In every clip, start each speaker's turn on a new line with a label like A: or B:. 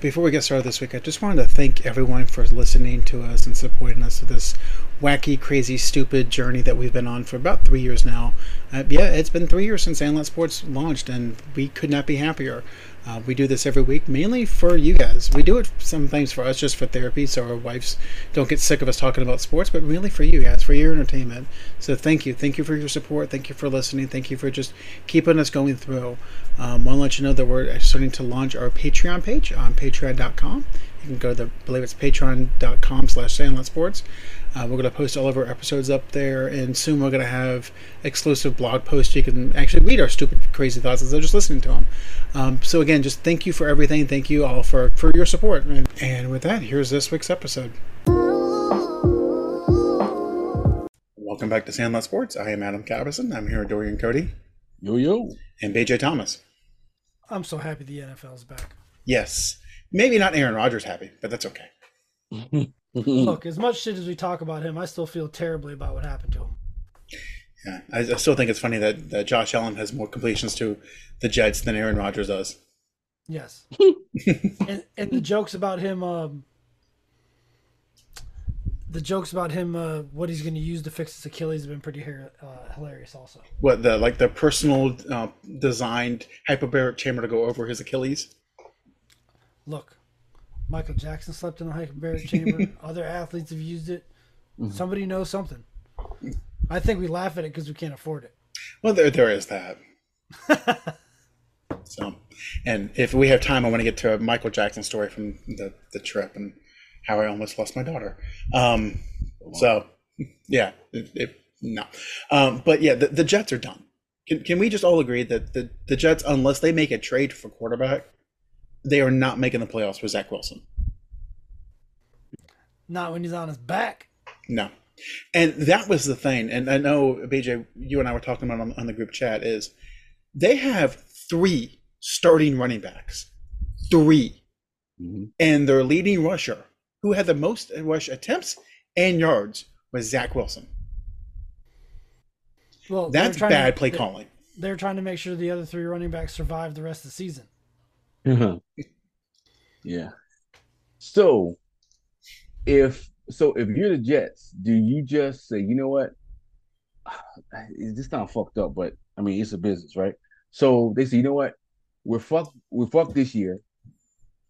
A: before we get started this week, I just wanted to thank everyone for listening to us and supporting us with this wacky, crazy, stupid journey that we've been on for about three years now. Uh, yeah, it's been three years since Sandlot Sports launched, and we could not be happier. Uh, we do this every week, mainly for you guys. We do it sometimes for us, just for therapy, so our wives don't get sick of us talking about sports, but really for you guys, for your entertainment. So thank you. Thank you for your support. Thank you for listening. Thank you for just keeping us going through. Um, want to let you know that we're starting to launch our Patreon page on patreon.com. You can go to, the, I believe it's patreon.com slash Sandlot Sports. Uh, we're going to post all of our episodes up there, and soon we're going to have exclusive blog posts. You can actually read our stupid, crazy thoughts instead of just listening to them. Um, so again, just thank you for everything. Thank you all for for your support. And, and with that, here's this week's episode. Welcome back to Sandlot Sports. I am Adam Cabison. I'm here with Dorian Cody
B: Yo yo.
A: and BJ Thomas.
C: I'm so happy the NFL's back.
A: Yes, maybe not Aaron Rodgers happy, but that's okay. Mm.
C: Look, as much shit as we talk about him, I still feel terribly about what happened to him.
A: Yeah, I, I still think it's funny that, that Josh Allen has more completions to the Jets than Aaron Rodgers does.
C: Yes. and, and the jokes about him, um, the jokes about him, uh, what he's going to use to fix his Achilles have been pretty hir- uh, hilarious also.
A: What the like the personal uh, designed hyperbaric chamber to go over his Achilles?
C: Look, Michael Jackson slept in the hyperbaric chamber. Other athletes have used it.
A: Mm-hmm.
C: Somebody knows something. I think we laugh at it because we can't afford it.
A: Well, there there is that. so, and if we have time, I want to get to a Michael Jackson story from the, the trip and how I almost lost my daughter. Um, so, yeah, it, it, no, um, but yeah, the, the Jets are done. Can, can we just all agree that the, the Jets, unless they make a trade for quarterback, they are not making the playoffs with Zach Wilson.
C: Not when he's on his back.
A: No. And that was the thing. And I know, BJ, you and I were talking about on, on the group chat is they have three starting running backs, three,
B: Mhm.
A: and their leading rusher, who had the most rush attempts and yards, was Zach Wilson.
C: Well, they're
A: That's
C: trying to-
A: bad play
C: Oh, they-
A: calling.
C: They're trying to make sure the other three running backs survive the rest of the season.
B: Mm-hmm. yeah. So if so if you're the Jets, do you just say, you know what? It's just not fucked up, but I mean it's a business, right? So they say, you know what? We're fucked we're fucked this year.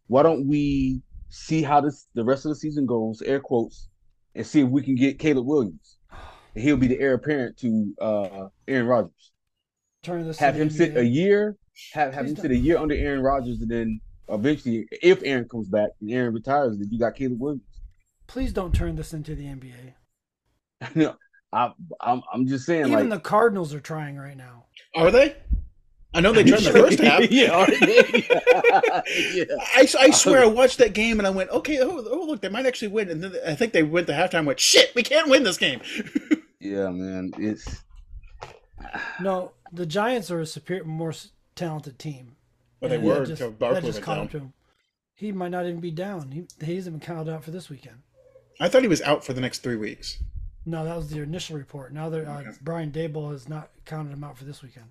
B: Why don't we see how this the rest of the season goes, air quotes, and see if we can get Caleb Williams. He'll be the heir apparent to uh Aaron Rodgers.
C: Turn this
B: have
C: to the
B: him sit
C: NBA.
B: a year, have, have
C: Please
B: him sit
C: don't.
B: a year under Aaron Rodgers, and then eventually, if Aaron comes back and Aaron retires, then you got Caleb Williams.
C: Please don't turn this into the NBA.
B: No, I, I'm I'm just saying, like
C: Even the Cardinals are trying right now.
A: Are they? I know they tried in the first half.
B: yeah, yeah,
A: I, I swear I watched that game and I went, okay, oh, oh look, they might actually win. And then I think they went to halftime and went, shit, we can't win this game.
B: yeah, man, it's
C: No, the Giants are a superior, more s- talented team.
A: Well, they
C: And
A: were
C: that just,
A: until
C: that
A: Barkley
C: just
A: went
C: caught
A: down.
C: up to him. He might not even be down. He, he hasn't been counted out for this weekend.
A: I thought he was out for the next three weeks.
C: No, that was the initial report. Now that uh,
A: Okay.
C: Brian Dable has not counted him out for this weekend.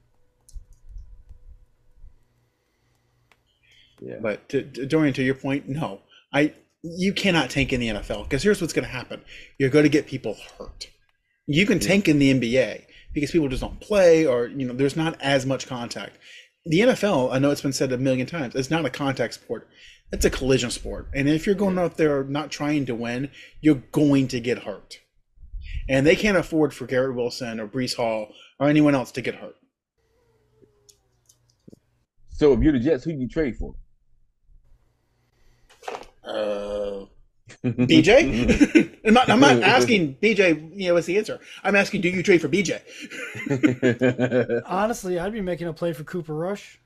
B: yeah.
A: But to, to- Dorian, to your point, no, I you cannot tank in the NFL because here's what's going to happen: you're going to get people hurt. You can tank in the NBA because people just don't play, or you know, there's not as much contact. The NFL, I know it's been said a million times, it's not a contact sport; it's a collision sport. And if you're going out there not trying to win, you're going to get hurt. And they can't afford for Garrett Wilson or Brees Hall or anyone else to get hurt.
B: So if you're the Jets, who do you trade for?
A: Uh, BJ? I'm, not, I'm not asking BJ, you know, what's the answer. I'm asking, do you trade for BJ?
C: Honestly, I'd be making a play for Cooper Rush,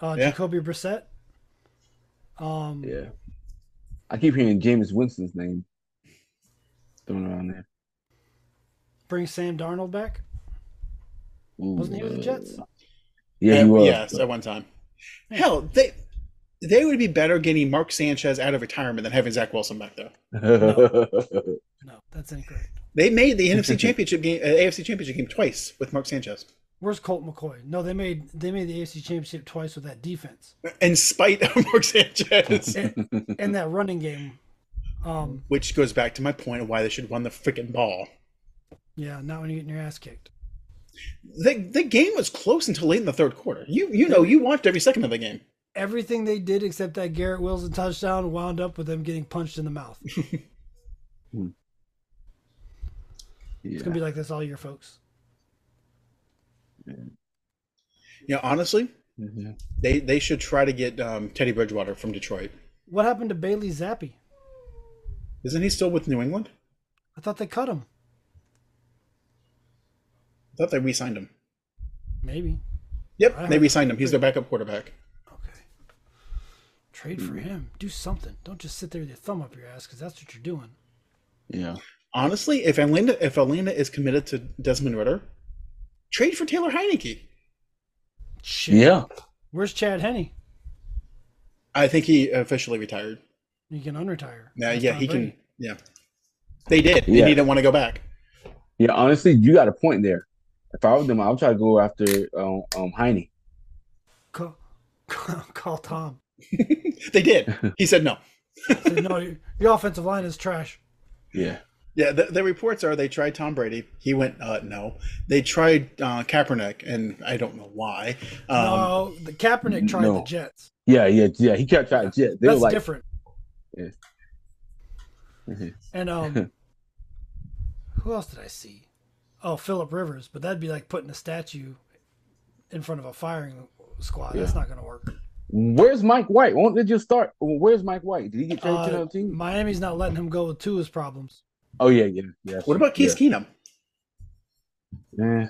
C: uh,
A: Yeah.
C: Jacoby Brissett. Um,
B: yeah, I keep hearing James Winston's name thrown around there.
C: Bring Sam Darnold back.
B: Ooh,
C: Wasn't he with the
B: uh,
C: Jets?
B: Yeah, he
A: Uh,
B: was.
A: Yes, at one time. Hell, they they would be better getting Mark Sanchez out of retirement than having Zach Wilson back there.
C: No, that's incorrect.
A: They made the NFC Championship game, uh, AFC Championship game twice with Mark Sanchez.
C: Where's Colt McCoy? No, they made they made the AFC Championship twice with that defense
A: in spite of Mark Sanchez,
C: and, and that running game. Um,
A: which goes back to my point of why they should run the freaking ball.
C: yeah, not when you're getting your ass kicked.
A: The the game was close until late in the third quarter. You you know you watched every second of the game.
C: Everything they did except that Garrett Wilson touchdown wound up with them getting punched in the mouth. It's
B: Yeah.
C: gonna be like this all year, folks.
A: You know, honestly,
B: yeah.
A: they they should try to get um, Teddy Bridgewater from Detroit.
C: What happened to Bailey Zappi?
A: Isn't he still with New England?
C: I thought they cut him.
A: I thought they re-signed him.
C: Maybe.
A: Yep, they
C: heard-
A: re-signed him. He's their backup quarterback.
C: Okay. Trade
B: Hmm.
C: for him. Do something. Don't just sit there with your thumb up your ass because that's what you're doing.
B: Yeah.
A: Honestly, if Atlanta if Atlanta is committed to Desmond Ritter, trade for Taylor Heineke.
C: Shit.
B: Yeah.
C: Where's Chad Henney?
A: I think he officially retired.
C: You can unretire.
A: Now,
C: That's
A: yeah,
C: Tom
A: he
C: Brady.
A: can. Yeah, they did,
B: Yeah.
A: and he didn't want to go back.
B: Yeah, honestly, you got a point there. If I were them, I would try to go after um, um Heine.
C: Call, call, call Tom.
A: They did. He said no.
C: Say, no, your, your offensive line is trash.
B: Yeah.
A: Yeah, the, the reports are they tried Tom Brady. He went uh, no. They tried uh, Kaepernick, and I don't know why. Um,
C: no, the Kaepernick tried
B: no.
C: the Jets.
B: Yeah, yeah, yeah. He kept trying to jet. They
C: That's
B: were like,
C: different.
B: Yeah. Mhm.
C: And um, who else did I see? Oh, Philip Rivers, but that'd be like putting a statue in front of a firing squad. That's
B: Yeah.
C: not going to work.
B: "Where's Mike White? Won't they just start? Where's Mike White? Did he get traded
C: Uh,
B: to another team?
C: Miami's not letting him go with two of his problems.
B: Oh yeah, yeah, yeah.
A: what about Case Keenum?
B: Yeah.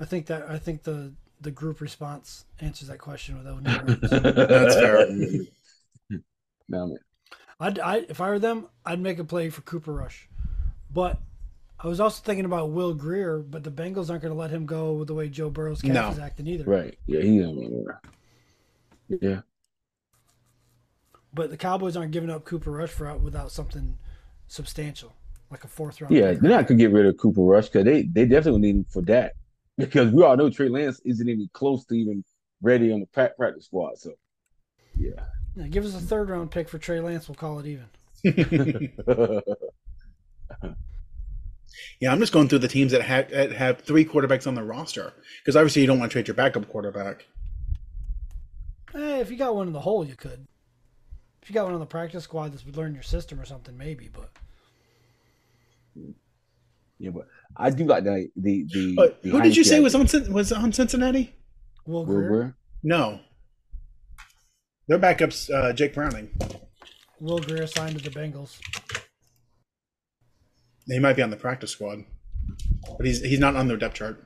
C: I think that I think the the group response answers that question with Odin. Rivers.
A: That's fair.
B: no, man.
C: I'd, I if I were them, I'd make a play for Cooper Rush, but I was also thinking about Will Greer, but the Bengals aren't going to let him go with the way Joe Burrow's calf
A: No.
C: is acting either.
B: Right. Yeah, he don't Yeah.
C: But the Cowboys aren't giving up Cooper Rush for without something substantial, like a fourth round.
B: Yeah,
C: pick.
B: they're not gonna get rid of Cooper Rush because they, they definitely need him for that. Because we all know Trey Lance isn't even close to even ready on the pra- practice squad. So yeah.
C: Yeah, give us a third round pick for Trey Lance. We'll call it even.
A: Yeah, I'm just going through the teams that have that have three quarterbacks on their roster because obviously you don't want to trade your backup quarterback.
C: Eh, if you got one in the hole, you could. If you got one on the practice squad that's learning your system or something, maybe. But
B: yeah, but I do like the the the,
A: But
B: the
A: Uh, who did you
B: Heineke
A: say was on Cin- was on Cincinnati?
C: Will
B: idea. Where-
C: Greer,
B: where?
A: No, their backup's uh, Jake Browning.
C: Will Greer signed to the Bengals.
A: He might be on the practice squad, but he's he's not on their depth chart.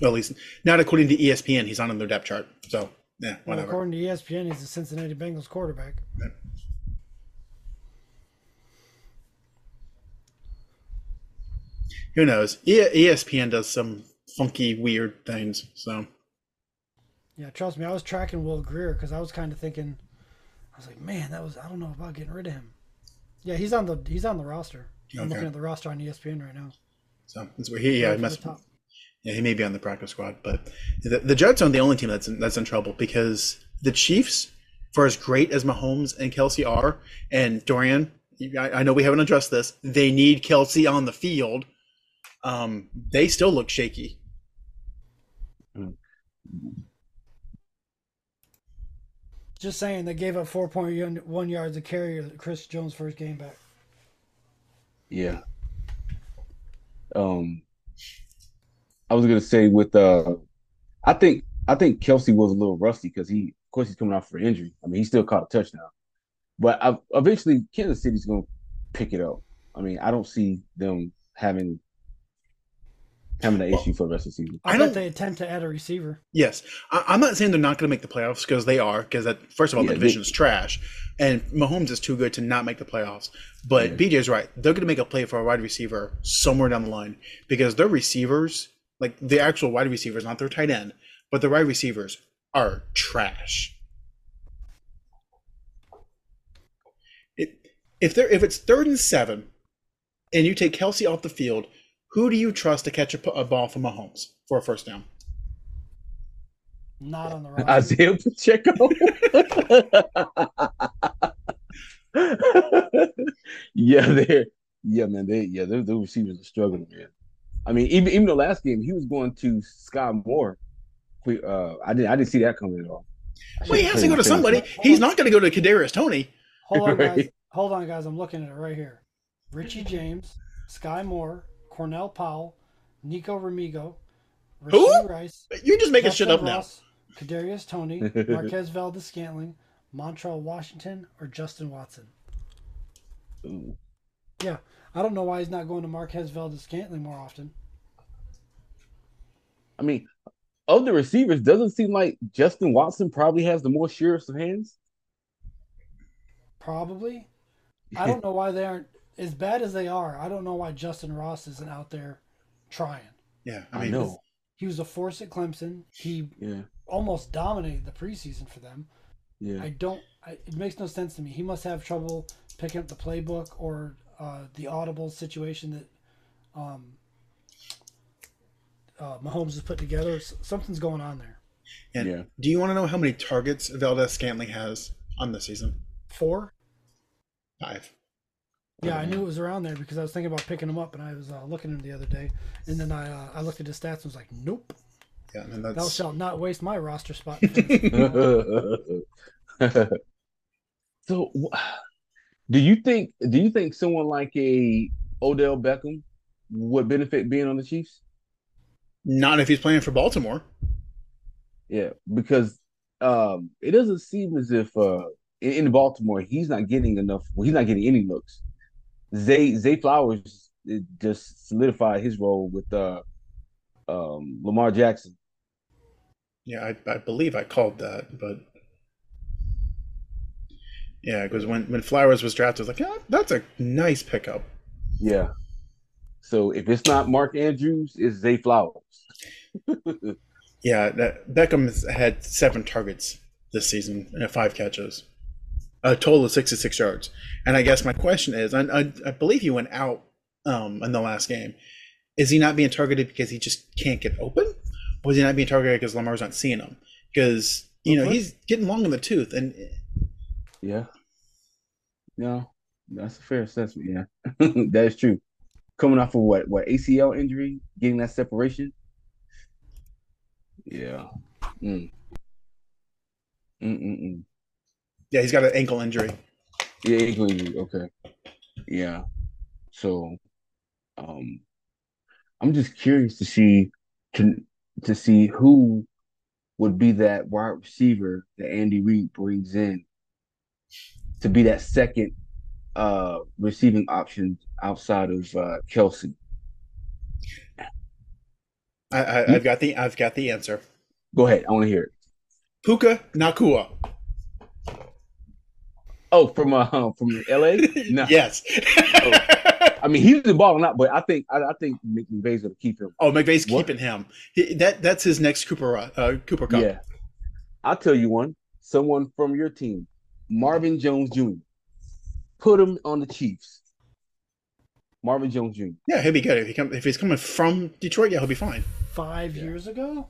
A: Well, at least not according to E ESPN, he's not on their depth chart. So yeah,
C: Well,
A: whatever.
C: according to E ESPN, he's the Cincinnati Bengals quarterback.
A: Who knows? E- ESPN does some funky, weird things. So
C: Yeah, trust me, I was tracking Will Greer because I was kind of thinking, I was like, man, that was I don't know about getting rid of him. Yeah, he's on the he's on the roster. I'm
A: Okay.
C: looking at the roster on E ESPN right now.
A: so that's where he uh, yeah
C: Right
A: he
C: from
A: must
C: the top.
A: yeah he may be on the practice squad, but the, the Jets aren't the only team that's in, that's in trouble because the Chiefs, for as great as Mahomes and Kelsey are, and Dorian, you- I, I know we haven't addressed this. They need Kelsey on the field. Um, they still look shaky.
C: Just saying, they gave up 4.1 yards a carry to Chris Jones' first game back.
B: Yeah. Um I was gonna say with uh I think I think Kelsey was a little rusty because he of course he's coming off for injury. I mean he still caught a touchdown. But I, eventually Kansas City's gonna pick it up. I mean, I don't see them having having that issue for the rest of the season.
C: I,
A: I
C: bet
A: don't-
C: they attempt to add a receiver.
A: Yes, I, I'm not saying they're not going to make the playoffs because they are. Because that first of all,
B: Yeah,
A: the
B: they-
A: division is trash, and Mahomes is too good to not make the playoffs. But
B: Yeah.
A: BJ's right; they're going to make a play for a wide receiver somewhere down the line because their receivers, like the actual wide receivers, not their tight end, but the wide receivers are trash. It, if there if it's third and seven, and you take Kelsey off the field, who do you trust to catch a, p- a ball from Mahomes for a first down?
C: Not on the roster.
B: Isaiah Pacheco. yeah, they yeah, man, they yeah, their, their receivers are struggling, man. I mean, even even the last game, he was going to Scott Moore. We, uh, I didn't I didn't see that coming at all. I
A: Well, he
B: should've
A: has to go
B: paid
A: to
B: attention.
A: somebody. He's not going to go to Kadarius Tony.
C: Hold on, guys.
B: Right.
C: Hold on, guys. I'm looking at it right here. Richie James, Sky Moore, Cornell Powell, Nico Remigo,
A: Who?
C: Rasheed Rice,
A: You're just making shit up
C: Justin
A: now.
C: Ross, Kadarius Tony, Marquez Valdez Scantling, Montreal Washington, or Justin Watson.
B: Ooh.
C: Yeah, I don't know why he's not going to Marquez Valdez Scantling more often.
B: I mean, of the receivers, doesn't seem like Justin Watson probably has the more surest of hands.
C: Probably. I don't know why they aren't as bad as they are. I don't know why Justin Ross isn't out there trying.
A: Yeah, I
B: I,
A: mean,
B: know.
C: He was a force at Clemson. He
B: Yeah,
C: almost dominated the preseason for them.
B: yeah.
C: I don't. I, it makes no sense to me. He must have trouble picking up the playbook or uh, the audible situation that um, uh, Mahomes has put together. S- something's going on there.
A: And
B: Yeah.
A: do you want to know how many targets Valdez Scantling has on this season?
C: Four.
A: Five.
C: Yeah, I knew it was around there because I was thinking about picking him up, and I was uh, looking at him the other day, and then I uh, I looked at his stats and was like, nope,
A: Yeah, and
C: thou
A: that's
C: shalt not waste my roster spot. in fantasy football."
B: so wh- do you think do you think someone like a Odell Beckham would benefit being on the Chiefs?
A: not if he's playing for Baltimore.
B: Yeah, because um it doesn't seem as if uh in, in Baltimore he's not getting enough well, he's not getting any looks. Zay Zay Flowers it just solidified his role with uh um Lamar Jackson.
A: Yeah, I, I believe I called that, but yeah, because when when Flowers was drafted, I was like, yeah, that's a nice pickup.
B: Yeah. So if it's not Mark Andrews, it's Zay Flowers.
A: Yeah, that, Beckham has had seven targets this season and five catches, a total of sixty-six yards. And I guess my question is, I I, I believe he went out um, in the last game. Is he not being targeted because he just can't get open, or is he not being targeted because Lamar's not seeing him? Because you know
C: Okay.
A: he's getting long in the tooth, and
B: Yeah. No, that's a fair assessment. Yeah, that is true. Coming off of what what ACL injury, getting that separation. Yeah. Mm. Mm-mm-mm.
A: yeah, he's got an ankle injury.
B: Yeah, ankle injury. Okay. Yeah. So, um, I'm just curious to see to to see who would be that wide receiver that Andy Reid brings in to be that second uh receiving option outside of uh Kelsey.
A: I,
B: Hmm.
A: I, I've got the I've got the answer.
B: Go ahead, I want to hear it.
A: Puka Nakua.
B: Oh, from uh from LA? No.
A: Yes.
B: I mean, he's been balling out, but I think I, I think McVay's gonna keep him.
A: oh, McVay's
B: What?
A: keeping him. He, that that's his next Cooper Ru- uh, Cooper Cup.
B: Yeah. I'll tell you one. Someone from your team, Marvin Jones Jr. Put him on the Chiefs. Marvin Jones Jr.
A: Yeah, he'll be good if he come if he's coming from Detroit. Yeah, he'll be fine.
C: Five
B: Yeah.
C: years ago,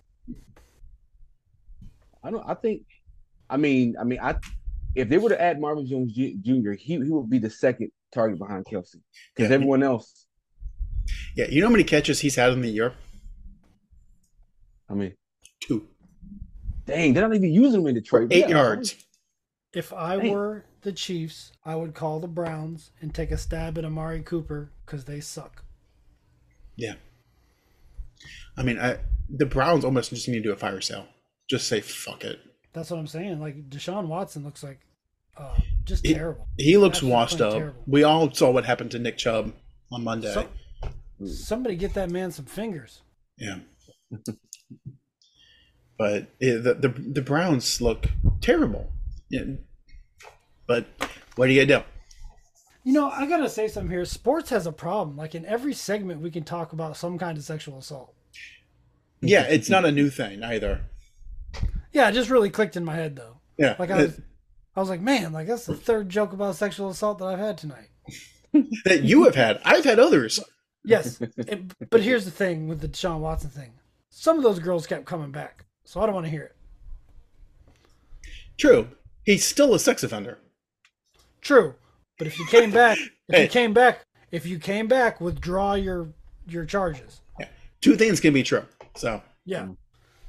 B: I don't I think I mean, I mean, I if they were to add Marvin Jones Ju- Jr., he, he would be the second target behind Kelsey. Because
A: Yeah.
B: everyone else,
A: Yeah, you know how many catches he's had in the year?
B: I mean,
A: Two,
B: dang, they're not even using him in Detroit.
A: eight
B: Yeah.
A: yards.
C: if I
B: Hey.
C: were the Chiefs, I would call the Browns and take a stab at Amari Cooper because they suck.
A: Yeah. I mean, I, the Browns almost just need to do a fire sale. Just say fuck it.
C: That's what I'm saying. Like Deshaun Watson looks like uh, just
A: He-
C: terrible.
A: He looks
C: Absolutely
A: washed up.
C: terrible.
A: We all saw what happened to Nick Chubb on Monday.
C: So, somebody get that man some fingers.
A: Yeah. but yeah, the, the the Browns look terrible. Yeah. But what do you gonna do?
C: You know, I gotta say something here. Sports has a problem. Like in every segment, we can talk about some kind of sexual assault.
A: Yeah, it's not a new thing either.
C: Yeah, it just really clicked in my head though.
A: Yeah.
C: Like I was, I was like, man, like that's the third joke about sexual assault that I've had tonight.
A: that you have had. I've had others.
C: Yes, it, but here's the thing with the Deshaun Watson thing. Some of those girls kept coming back, so I don't want to hear it.
A: True. He's still a sex offender.
C: True, but if you came back, if
A: Hey.
C: you came back, if you came back, withdraw your your charges.
A: Two things can be true. So
C: Yeah,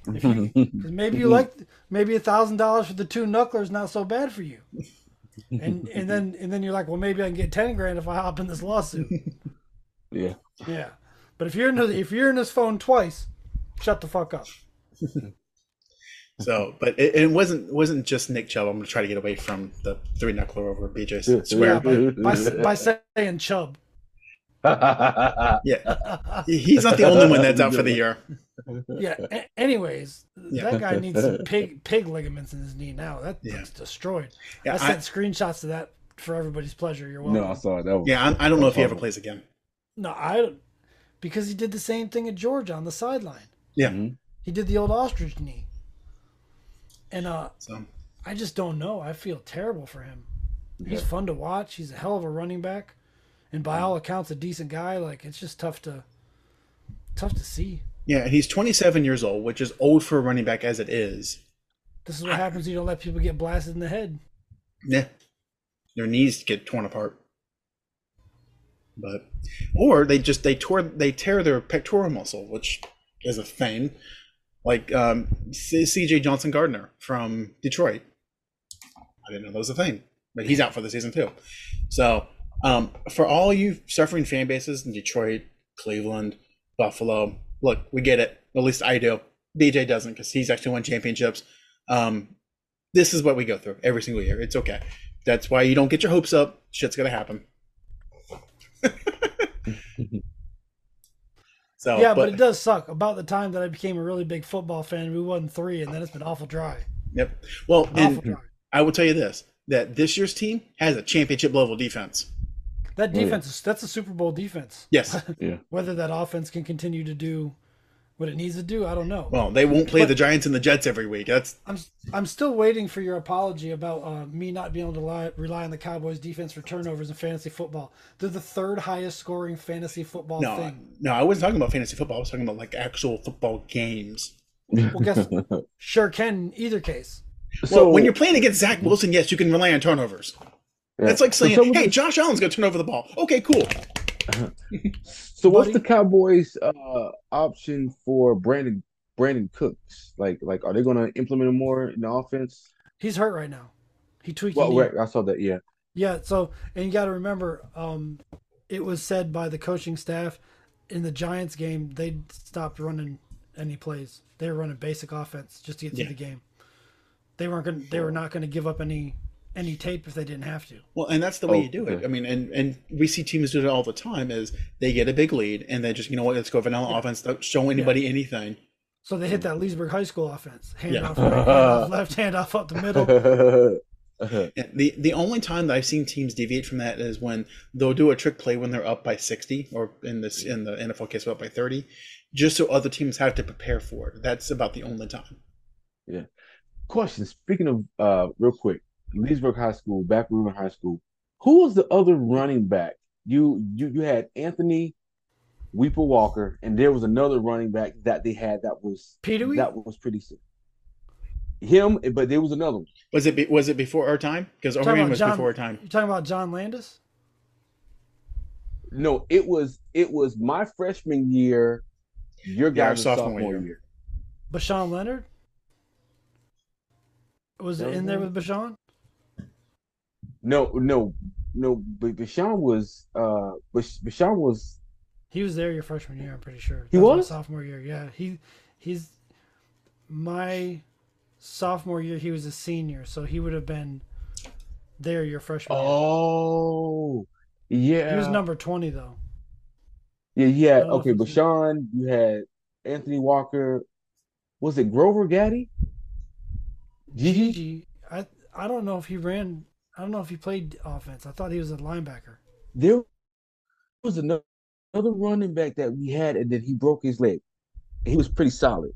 A: Mm-hmm.
C: 'Cause maybe you like maybe a thousand dollars for the two knucklers not so bad for you, and and then and then you're like, well, maybe I can get ten grand if I hop in this lawsuit.
B: yeah.
C: Yeah, but if you're in the, if you're in this phone twice, shut the fuck up.
A: so, but it, it wasn't wasn't just Nick Chubb. I'm going to try to get away from the three knuckler over
B: Yeah,
A: BJ
C: Yeah,
A: Square.
C: by, by, by saying chub.
A: Yeah, he's not the only one that's out for the year.
C: Yeah. a- anyways,
A: Yeah.
C: that guy needs some pig pig ligaments in his knee now. That
A: Yeah.
C: thing's destroyed.
A: Yeah,
C: I
A: I,
C: sent screenshots of that for everybody's pleasure. You're welcome.
B: no,
C: No,
B: I saw it. That was,
A: yeah, I, I don't know if he ever plays again.
C: I because he did the same thing at Georgia on the sideline.
A: Yeah.
B: Mhm.
C: He did the old ostrich knee. And uh,
A: So
C: I just don't know. I feel terrible for him. He's
B: Yeah.
C: fun to watch. He's a hell of a running back, and by all accounts, a decent guy. Like it's just tough to tough to see.
A: yeah, and he's 27 years old, which is old for a running back as it is.
C: This is what happens. when You don't let people get blasted in the head.
A: Yeah, their knees get torn apart. But or they just they tore they tear their pectoral muscle, which is a thing. Like um, C- C.J. Johnson Gardner from Detroit. I didn't know that was a thing, but he's out for the season too. So um, for all you suffering fan bases in Detroit, Cleveland, Buffalo, look, we get it. At least I do. BJ doesn't because he's actually won championships. Um, this is what we go through every single year. It's okay. That's why you don't get your hopes up. Shit's gonna happen. so
C: yeah, but, it does suck. About the time that I became a really big football fan, we won three, and then it's been awful dry.
A: yep. Well,
C: Awful
A: and
C: dry.
A: I will tell you this: that this year's team has a championship level defense.
C: That
B: Oh, yeah.
C: defense is that's a Super Bowl defense.
A: Yes.
B: yeah.
C: Whether that offense can continue to do what it needs to do, I don't know.
A: Well, they won't play
C: But-
A: the Giants and the Jets every week. That's
C: I'm I'm still waiting for your apology about uh, me not being able to rely, rely on the Cowboys' defense for turnovers in fantasy football. They're the third highest scoring fantasy football
A: no,
C: thing.
A: no. I wasn't talking about fantasy football. I was talking about like actual football games.
C: Well, guess sure can in either case.
A: Well, when you're playing against Zach Wilson, yes, you can rely on turnovers.
B: Yeah.
A: That's like
B: So
A: saying,
B: some of
A: "Hey,
B: the-
A: Josh Allen's gonna turn over the ball." Okay, cool.
B: So what's
C: Buddy?
B: the Cowboys' uh, option for Brandon Brandon Cooks? Like like are they going to implement him more in the offense?
C: He's hurt right now. He tweaked. his
B: Well,
C: knee.
B: right, I saw that. Yeah,
C: Yeah. So and you got to remember, um, it was said by the coaching staff in the Giants game they stopped running any plays. They were running basic offense just to get through
A: Yeah.
C: the game. They weren't going. They were not going to give up any any tape if they didn't have to.
A: Well, and that's the way
B: Oh,
A: you do it.
B: okay.
A: I mean, and and we see teams do it all the time. Is they get a big lead and they just you know what, let's go vanilla offense. Don't show anybody anything.
C: So they hit that Leesburg High School offense. Hand
A: Yeah.
C: off right, hand off left, hand off up the middle.
A: And the the only time that I've seen teams deviate from that is when they'll do a trick play when they're up by sixty, or in this in the NFL case, up by thirty, just so other teams have to prepare for it. That's about the only time.
B: Question: Speaking of uh, real quick, Leesburg High School, back Reuben High School. Who was the other running back? You you you had Anthony Weeper Walker, and there was another running back that they had that was
C: Petey?
B: that was pretty sick. Him, but there was another one.
A: Was it be, was it before our time? Because
C: Talking
A: Orion
C: about
A: was
C: John-
A: before our time.
C: You talking about John Landis?
B: No, it was it was my freshman year, your
A: Yeah, our
B: guys' sophomore,
A: sophomore year.
B: year.
C: Bashan Leonard? Was it in there with Bashan?
B: No, no, no. But Bashan was uh, Bash- Bashan was
C: He was there your freshman year, I'm pretty sure.
B: He
C: That my
B: was?
C: sophomore year, yeah. He he's my sophomore year he was a senior, so he would have been there your freshman year.
B: oh yeah,
C: He was number twenty though.
B: yeah, yeah.
C: I don't know
B: Okay,
C: if it's-
B: Bashan, you had Anthony Walker. Was it Grover Gaddy? Gigi?
C: Gigi, I I don't know if he ran I don't know if he played offense. I thought he was a linebacker.
B: There was another another running back that we had, and then he broke his leg. He was pretty solid.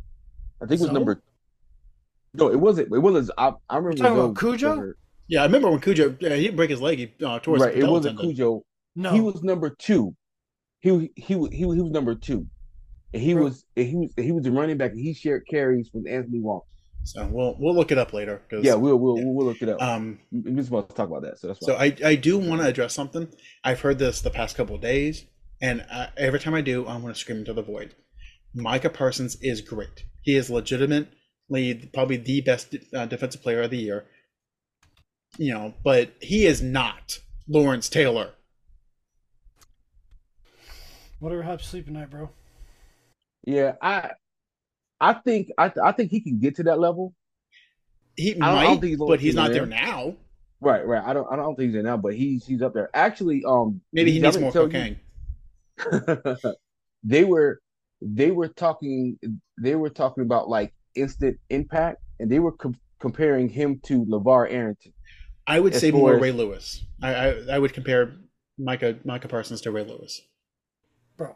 B: I think it was
C: So?
B: number. No, it wasn't. It wasn't. I, I remember.
C: talking
B: those-
C: about Cujo?
B: those-
A: Yeah, I remember when Cujo yeah, he didn't break his leg. He uh, tore his
B: right, it
A: Peloton
B: wasn't
A: did.
B: Cujo.
C: No,
B: He was number two. He he was he was, he was number two. And he
C: Bro.
B: was and he was and he was the running back. And he shared carries with Anthony Walker.
A: So we'll we'll look it up later. 'cause,
B: Yeah, we'll we'll
A: yeah.
B: we'll look it up.
A: Um,
B: we just want to talk about that, so that's why.
A: So I, I do want to address something. I've heard this the past couple of days, and uh every time I do, I'm going to scream into the void. Micah Parsons is great. He is legitimately probably the best uh, defensive player of the year. You know, but he is not Lawrence Taylor.
C: whatever helps you sleep at night, bro.
B: yeah, I I think I I think he can get to that level.
A: He
B: don't- I don't
A: might,
B: think he's
A: but he's not there
B: Lawrence
A: now.
B: Right, right. I don't I don't think he's there now, but he's he's up there. Actually, um,
A: Maybe he
B: I
A: needs
B: didn't
A: more
B: tell you-
A: cocaine.
B: they were they were talking they were talking about like instant impact and they were com- comparing him to LeVar Arrington.
A: I would
B: as
A: say more
B: far as-
A: Ray Lewis. I, I I would compare Micah Micah Parsons to Ray Lewis.
C: Bro,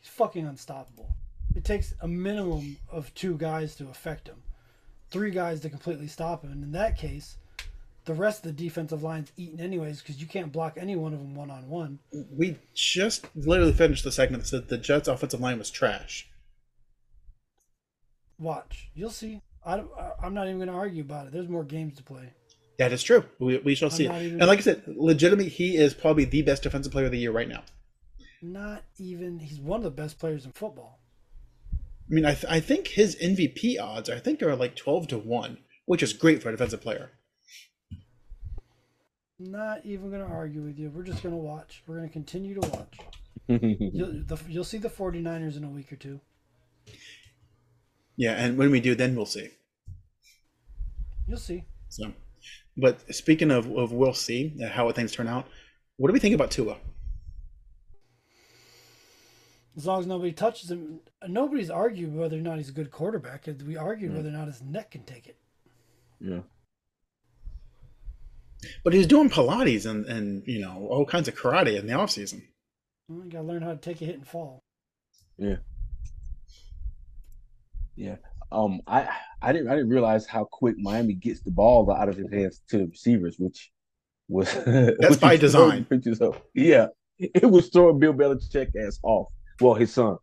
C: he's fucking unstoppable. It takes a minimum of two guys to affect him, three guys to completely stop him. And in that case, the rest of the defensive line's eaten anyways because you can't block any one of them one on one.
A: We just literally finished the segment that said the Jets' offensive line was trash.
C: Watch, you'll see. I, don't- I- I'm not even going to argue about it. There's more games to play.
A: That is true. We, we shall
C: I'm
A: see.
C: not
A: it.
C: even-
A: And like I said, legitimately, he is probably the best defensive player of the year right now.
C: Not even. He's one of the best players in football.
A: I mean, I, th- I think his MVP odds, I think are like 12 to 1, which is great for a defensive player.
C: Not even going to argue with you. We're just going to watch. We're going to continue to watch. You'll, the, you'll see the 49ers in a week or two.
A: Yeah, and when we do, then we'll see.
C: You'll see.
A: So, But speaking of, of we'll see and how things turn out, what do we think about Tua?
C: As long as nobody touches him, nobody's argued whether or not he's a good quarterback. We argued
A: Hmm.
B: Mm.
C: whether or not his neck can take it.
B: yeah.
A: But he's doing Pilates and, and you know, all kinds of karate in the offseason.
C: Well, You got to learn how to take a hit and fall.
B: Um I I didn't I didn't realize how quick Miami gets the ball out of his hands to the receivers, which was That's
A: by design.
B: yeah. It was throwing Bill Belichick ass off. Well, his son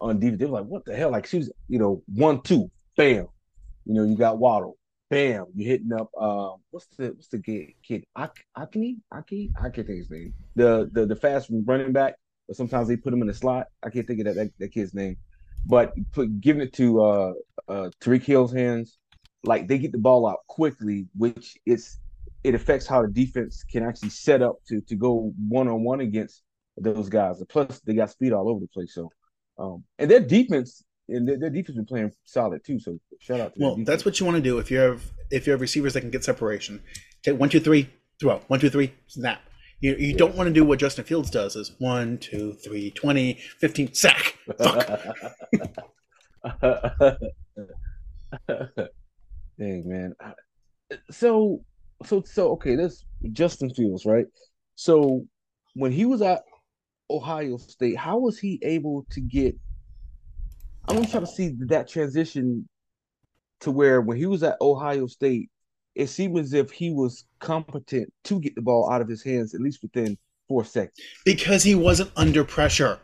B: on defense. They were like, what the hell? Like she was, you know, one, two, bam. You know, you got Waddle. Bam. You're hitting up um what's the what's the kid kid? Ak- Aki? Aki? I can't think of his name. The the the fast running back, but sometimes they put him in the slot. I can't think of that that, that kid's name. But put, giving it to uh uh Tariq Hill's hands, like they get the ball out quickly, which it's it affects how the defense can actually set up to to go one on one against those guys. And plus, they got speed all over the place. So, um, and their defense and their, their defense been playing solid too. So shout out to
A: Well,
B: their
A: that's
B: defense.
A: what you want to do if you have if you have receivers that can get separation. Take one, two, three, throw. One, two, three, snap. You, you don't want to do what Justin Fields does is one, two, three, 20, 15, sack. Fuck.
B: Dang man. So so so okay, this Justin Fields, right? So when he was at Ohio State, how was he able to get I'm just trying to see that transition to where when he was at Ohio State, it seemed as if he was competent to get the ball out of his hands at least within four seconds.
A: because he wasn't under pressure.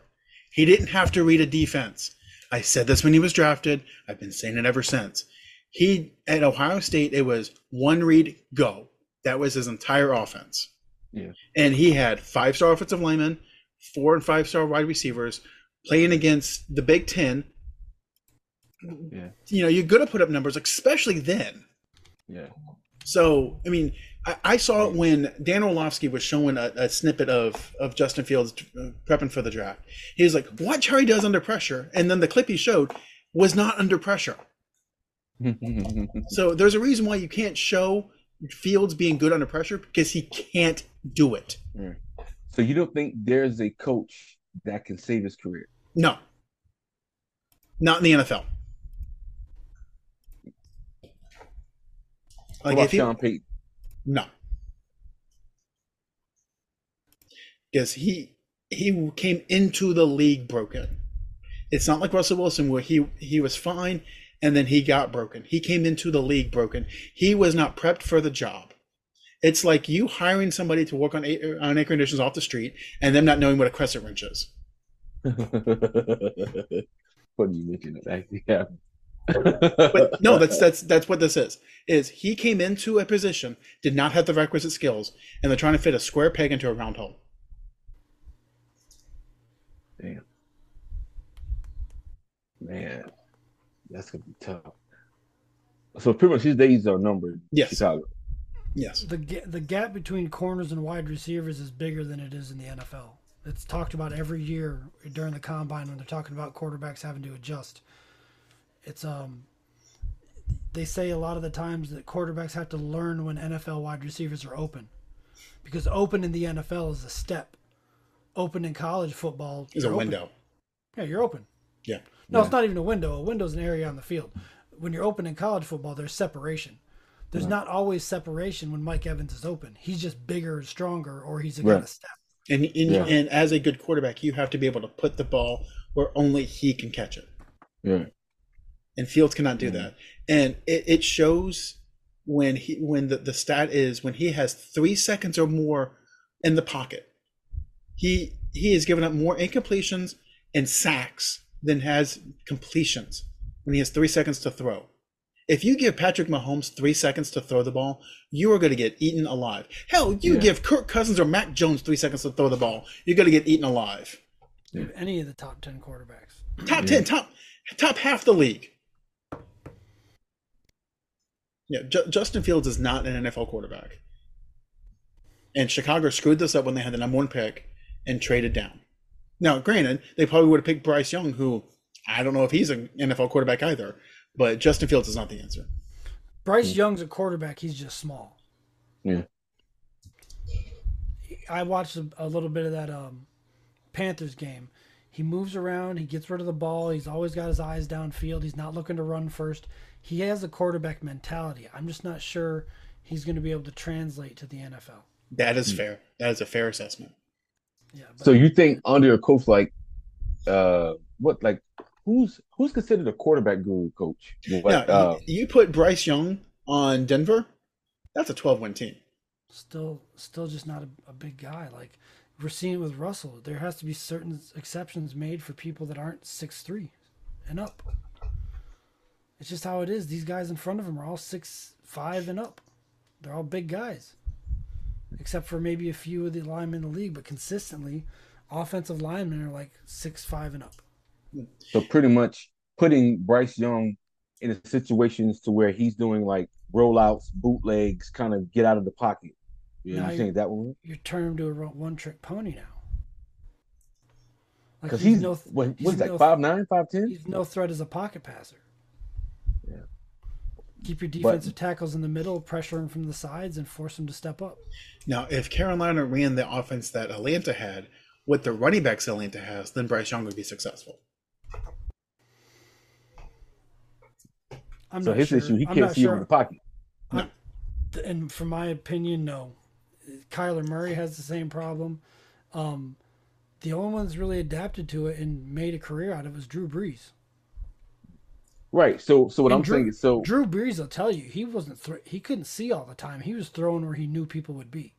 A: He didn't have to read a defense. I said this when he was drafted. I've been saying it ever since. He at Ohio State, it was one read, go. That was his entire offense.
B: Yeah.
A: And he had five star offensive linemen, four and five star wide receivers, playing against the Big Ten.
B: Yeah.
A: You know, you're gonna put up numbers, especially then.
B: Yeah.
A: So, I mean, I, I saw it when Dan Orlovsky was showing a, a snippet of, of Justin Fields uh, prepping for the draft. He was like, watch how he does under pressure. And then the clip he showed was not under pressure. So there's a reason why you can't show Fields being good under pressure because he can't do it.
B: so you don't think there's a coach that can save his career?
A: No. Not in the NFL.
B: What
A: Like
B: about
A: if he,
B: Sean Payton?
A: No. Because he he came into the league broken. It's not like Russell Wilson where he he was fine and then he got broken. He came into the league broken. He was not prepped for the job. It's like you hiring somebody to work on a- on air conditions off the street and them not knowing what a crescent wrench is.
B: Funny you mentioned it actually happened.
A: But no, that's that's that's what this is. Is he came into a position did not have the requisite skills and they're trying to fit a square peg into a round hole.
B: Damn. Man, that's gonna be tough. So pretty much his days are numbered. in
A: Yes.
B: Chicago.
A: Yes.
C: The ga- the gap between corners and wide receivers is bigger than it is in the NFL. It's talked about every year during the combine when they're talking about quarterbacks having to adjust. It's um they say a lot of the times that quarterbacks have to learn when NFL wide receivers are open. Because open in the NFL is a step. Open in college football
A: Is a
C: you're open.
A: window.
C: Yeah, you're open.
A: Yeah.
C: No,
B: Yeah.
C: it's not even a window. A window's an area on the field. When you're open in college football, there's separation. There's not always separation when Mike Evans is open. He's just bigger and stronger, or he's got a
B: Right.
C: step.
A: And and,
B: Yeah.
A: and as a good quarterback, you have to be able to put the ball where only he can catch it.
B: Yeah.
A: and Fields cannot do
B: Mhm.
A: that. And it, it shows when he when the, the stat is when he has three seconds or more in the pocket. He he has given up more incompletions and sacks than has completions when he has three seconds to throw. If you give Patrick Mahomes three seconds to throw the ball, you are going to get eaten alive. Hell, you
B: Yeah.
A: give Kirk Cousins or Mac Jones three seconds to throw the ball, you're going to get eaten alive.
B: Yeah.
C: Any of the top ten quarterbacks.
A: Top
B: Yeah.
A: ten, top top half the league. Yeah, Ju- Justin Fields is not an NFL quarterback, and Chicago screwed this up when they had the number one pick and traded down. Now, granted, they probably would have picked Bryce Young, who I don't know if he's an NFL quarterback either. But Justin Fields is not the answer.
C: Bryce Young's a quarterback. He's just small.
B: Yeah.
C: I watched a, a little bit of that um, Panthers game. He moves around. He gets rid of the ball. He's always got his eyes downfield. He's not looking to run first. He has a quarterback mentality. I'm just not sure he's going to be able to translate to the NFL.
A: That is fair. That is a fair assessment.
C: Yeah. But
B: So you think under a coach like uh what like who's who's considered a quarterback guru coach? Like,
A: now,
B: uh,
A: you, you put Bryce Young on Denver, that's a 12 win team.
C: still, still just not a, a big guy. Like we're seeing with Russell, there has to be certain exceptions made for people that aren't six three and up. It's just how it is. These guys in front of him are all six five and up. They're all big guys, except for maybe a few of the linemen in the league. But consistently, offensive linemen are like six five and up.
B: so pretty much putting Bryce Young in a situations to where he's doing like rollouts, bootlegs, kind of get out of the pocket. You know,
C: Now
B: you
C: you-
B: think that one?
C: You're turned to a one trick pony now. Like
B: Because he's,
C: no,
B: what,
C: he's
B: what's that,
C: no-
B: five nine, five ten?
C: He's no threat as a pocket passer.
B: Yeah.
C: Keep your defensive tackles in the middle, pressure him from the sides, and force him to step up.
A: Now, if Carolina ran the offense that Atlanta had with the running backs Atlanta has, then Bryce Young would be successful.
C: I'm
B: so
C: not
B: his
C: sure.
B: issue, he
C: I'm
B: can't
C: not
B: see
C: sure.
B: over the pocket.
C: And from my opinion, no. Kyler Murray has the same problem. Um, the only one that's really adapted to it and made a career out of it was Drew Brees.
B: Right. So so what
C: And
B: I'm
C: Drew-
B: saying is so
C: Drew Brees, I'll tell you, he wasn't. Th- he couldn't see all the time. He was throwing where he knew people would be.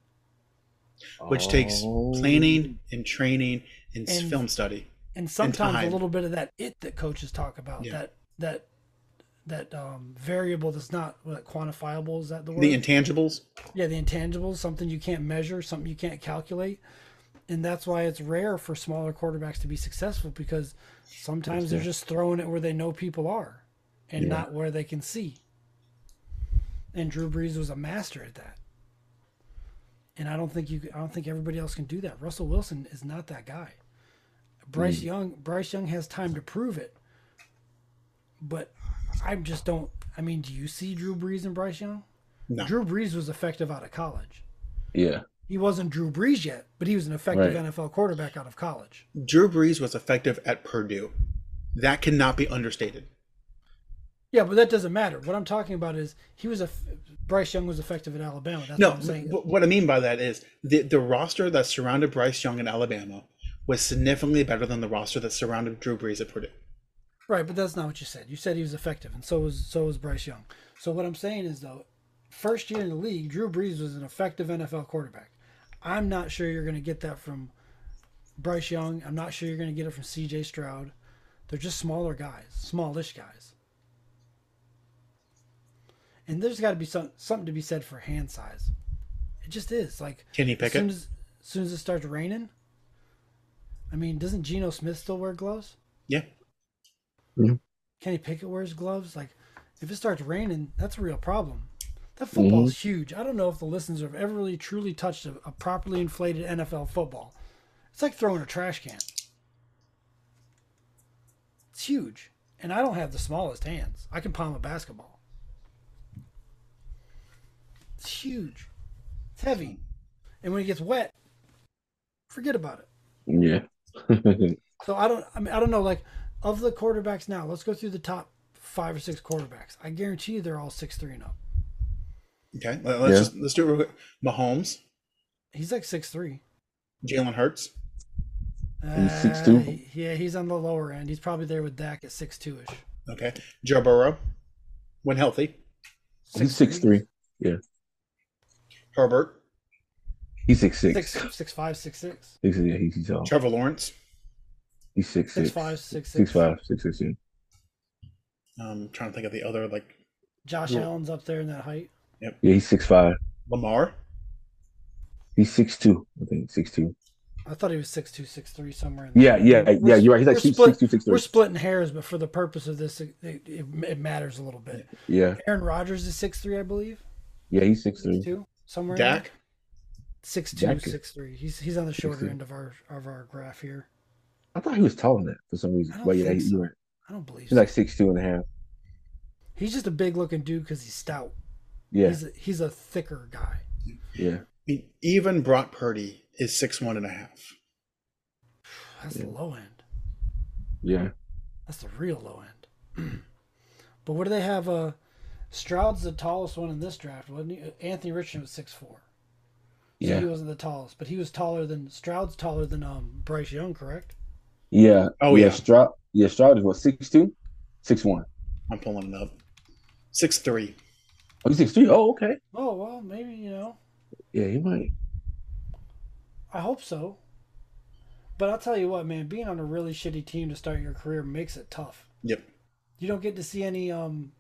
A: which takes
B: Oh.
A: planning and training and, s
C: And-
A: film study.
C: and sometimes
A: time.
C: a little bit of that it that coaches talk about
A: Yeah.
C: that that that um, variable that's not what quantifiable is that the word
A: The intangibles.
C: yeah the intangibles something you can't measure something you can't calculate and that's why it's rare for smaller quarterbacks to be successful because sometimes they're just throwing it where they know people are and
B: Yeah.
C: not where they can see and Drew Brees was a master at that and I don't think you I don't think everybody else can do that Russell Wilson is not that guy Bryce Young Bryce Young has time to prove it but I just don't I mean do you see Drew Brees and Bryce Young
A: No.
C: Drew Brees was effective out of college.
B: Yeah.
C: He wasn't Drew Brees yet, but he was an effective
B: Right.
C: NFL quarterback out of college.
A: Drew Brees was effective at Purdue. That cannot be understated.
C: Yeah, but that doesn't matter. What I'm talking about is he was a Bryce Young was effective at Alabama. That's
A: no,
C: what I'm saying.
A: wh- what I mean by that is the, the roster that surrounded Bryce Young in Alabama was significantly better than the roster that surrounded Drew Brees at Purdue.
C: Right, but that's not what you said. You said he was effective, and so was so was Bryce Young. So what I'm saying is though, first year in the league, Drew Brees was an effective NFL quarterback. I'm not sure you're going to get that from Bryce Young. I'm not sure you're going to get it from C.J. Stroud. They're just smaller guys, smallish guys. And there's got to be some, something to be said for hand size. It just is. Like
A: Kenny
C: as soon
A: Pickett.
C: as, as soon as it starts raining. I mean, doesn't Geno Smith still wear gloves?
A: Yeah.
C: Kenny Pickett wears gloves. Like, if it starts raining, that's a real problem. That football is huge. I don't know if the listeners have ever really truly touched a, a properly inflated NFL football. It's like throwing a trash can. It's huge, and I don't have the smallest hands. I can palm a basketball. It's huge. It's heavy, and when it gets wet, forget about it.
B: Yeah.
C: So I don't. I mean, I don't know. Like of the quarterbacks now, let's go through the top five or six quarterbacks. I guarantee you, they're all six three and up.
A: Okay. Let, us
B: Yeah.
A: just let's do it real quick. Mahomes,
C: He's like six three.
A: Jalen Hurts.
C: Uh,
B: He's 6'2"?
C: he- Uh, Yeah, he's on the lower end. He's probably there with Dak at six two ish.
A: Okay. Joe Burrow, when healthy.
B: He's six three.
A: Herbert,
B: He's six six.
C: Six six five six six.
B: Six- yeah, he's, he's tall.
A: Trevor Lawrence.
B: He's six
C: Six
B: six.
C: five, six
B: Six
C: six.
B: five, six six, yeah.
A: Um, trying to think of the other like
C: Josh
A: Yeah.
C: Allen's up there in that height.
B: Yeah, he's six five.
A: Lamar.
B: He's six two. I think six two.
C: I thought he was six two six three somewhere. In
B: Yeah,
C: there.
B: yeah,
C: We're-
B: yeah. You're right. He's like
C: we're
B: six,
C: split-
B: six two, six
C: We're
B: three.
C: splitting hairs, but for the purpose of this, it, it, it matters a little bit.
B: Yeah,
C: Aaron Rodgers is six three, I believe.
B: yeah. He's six
C: Six
B: three.
C: two somewhere. in there.
A: Dak.
C: Six two,
B: Jack is-
C: six three. He's he's on the shorter
B: 6'3".
C: end of our of our graph here.
B: I thought he was taller than that for some reason.
C: I don't
B: But yeah,
C: think
B: he,
C: so.
B: you're right.
C: I don't believe
B: He's
C: so.
B: like six two and a half.
C: He's just a big looking dude because he's stout.
B: Yeah,
C: He's a, he's a thicker guy.
B: yeah.
A: E- Even Brock Purdy is six one and a half.
C: That's the low end.
B: Yeah.
C: That's the real low end. but what do they have? Uh, Stroud's the tallest one in this draft, wasn't he? Uh, Anthony Richardson was six four. So
B: Yeah.
C: he wasn't the tallest, but he was taller than Stroud's taller than um Bryce Young, correct?
B: Yeah.
A: Oh, yeah.
B: Stroud. Yeah, Stroud is what six two, six one.
A: I'm pulling it up. Six three.
B: Oh, he's six three. Oh, okay.
C: Oh well, maybe you know.
B: Yeah, he might.
C: I hope so. But I'll tell you what, man, being on a really shitty team to start your career makes it tough.
A: Yep.
C: You don't get to see any um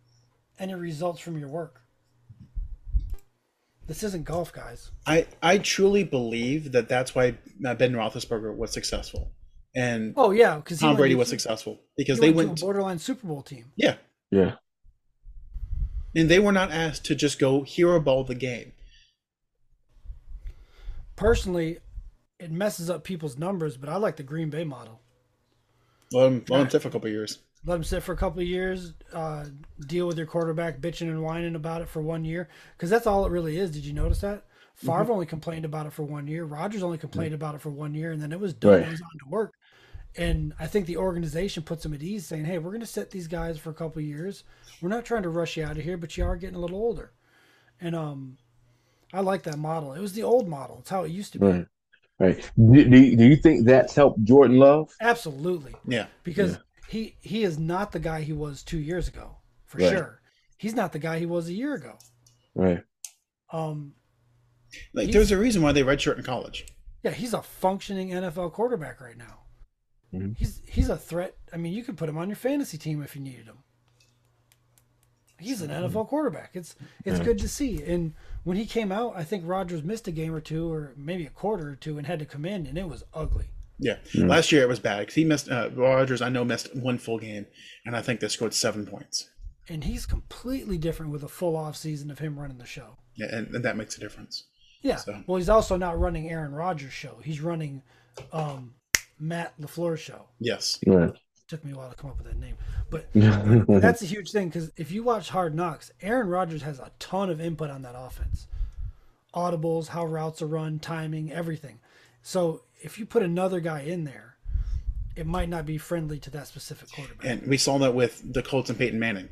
C: any results from your work. This isn't golf, guys.
A: I I truly believe that that's why uh, Ben Roethlisberger was successful, and
C: Oh yeah, because
A: Tom Brady was successful because they
C: they
A: went.
C: to a borderline Super Bowl team.
A: yeah,
B: Yeah.
A: and they were not asked to just go hero ball the game.
C: Personally, it messes up people's numbers, but I like the Green Bay model.
A: Let them let them sit for a couple of years.
C: Let them sit for a couple of years, uh, deal with your quarterback bitching and whining about it for one year, because that's all it really is. Did you notice that? Favre
B: Mm-hmm.
C: only complained about it for one year. Rogers only complained about it for one year, and then it was done.
B: Right.
C: He was on to work, and I think the organization puts him at ease, saying, "Hey, we're going to sit these guys for a couple of years. We're not trying to rush you out of here, but you are getting a little older." And um, I like that model. It was the old model. It's how it used to be.
B: Right. Right. Do, do, you- do you think that's helped Jordan Love?
C: Absolutely
A: Yeah,
C: because
B: Yeah.
C: he he is not the guy he was two years ago for
B: Right.
C: sure. He's not the guy he was a year ago.
B: Right.
C: Um,
A: like
C: He's-
A: there's a reason why they redshirt in college.
C: yeah, he's a functioning NFL quarterback right now.
B: Mhm.
C: He's he's a threat. I mean, you could put him on your fantasy team if you needed him. He's an NFL quarterback. It's it's
B: Mm-hmm. Yeah.
C: good to see. And when he came out, I think Rodgers missed a game or two, or maybe a quarter or two, and had to come in, and it was ugly.
A: Yeah,
B: Hmm.
A: last year it was bad because he missed uh, Rogers. I know missed one full game, and I think they scored seven points.
C: And he's completely different with a full off season of him running the show.
A: Yeah, and, and that makes a difference.
C: Yeah.
A: So-
C: Well, he's also not running Aaron Rodgers' show. He's running um, Matt LaFleur's show.
A: Yes,
B: Right.
C: Took me a while to come up with that name. But
B: yeah.
C: that's a huge thing because if you watch Hard Knocks, Aaron Rodgers has a ton of input on that offense audibles, how routes are run, timing, everything. So if you put another guy in there, it might not be friendly to that specific quarterback.
A: and we saw that with the Colts and Peyton Manning.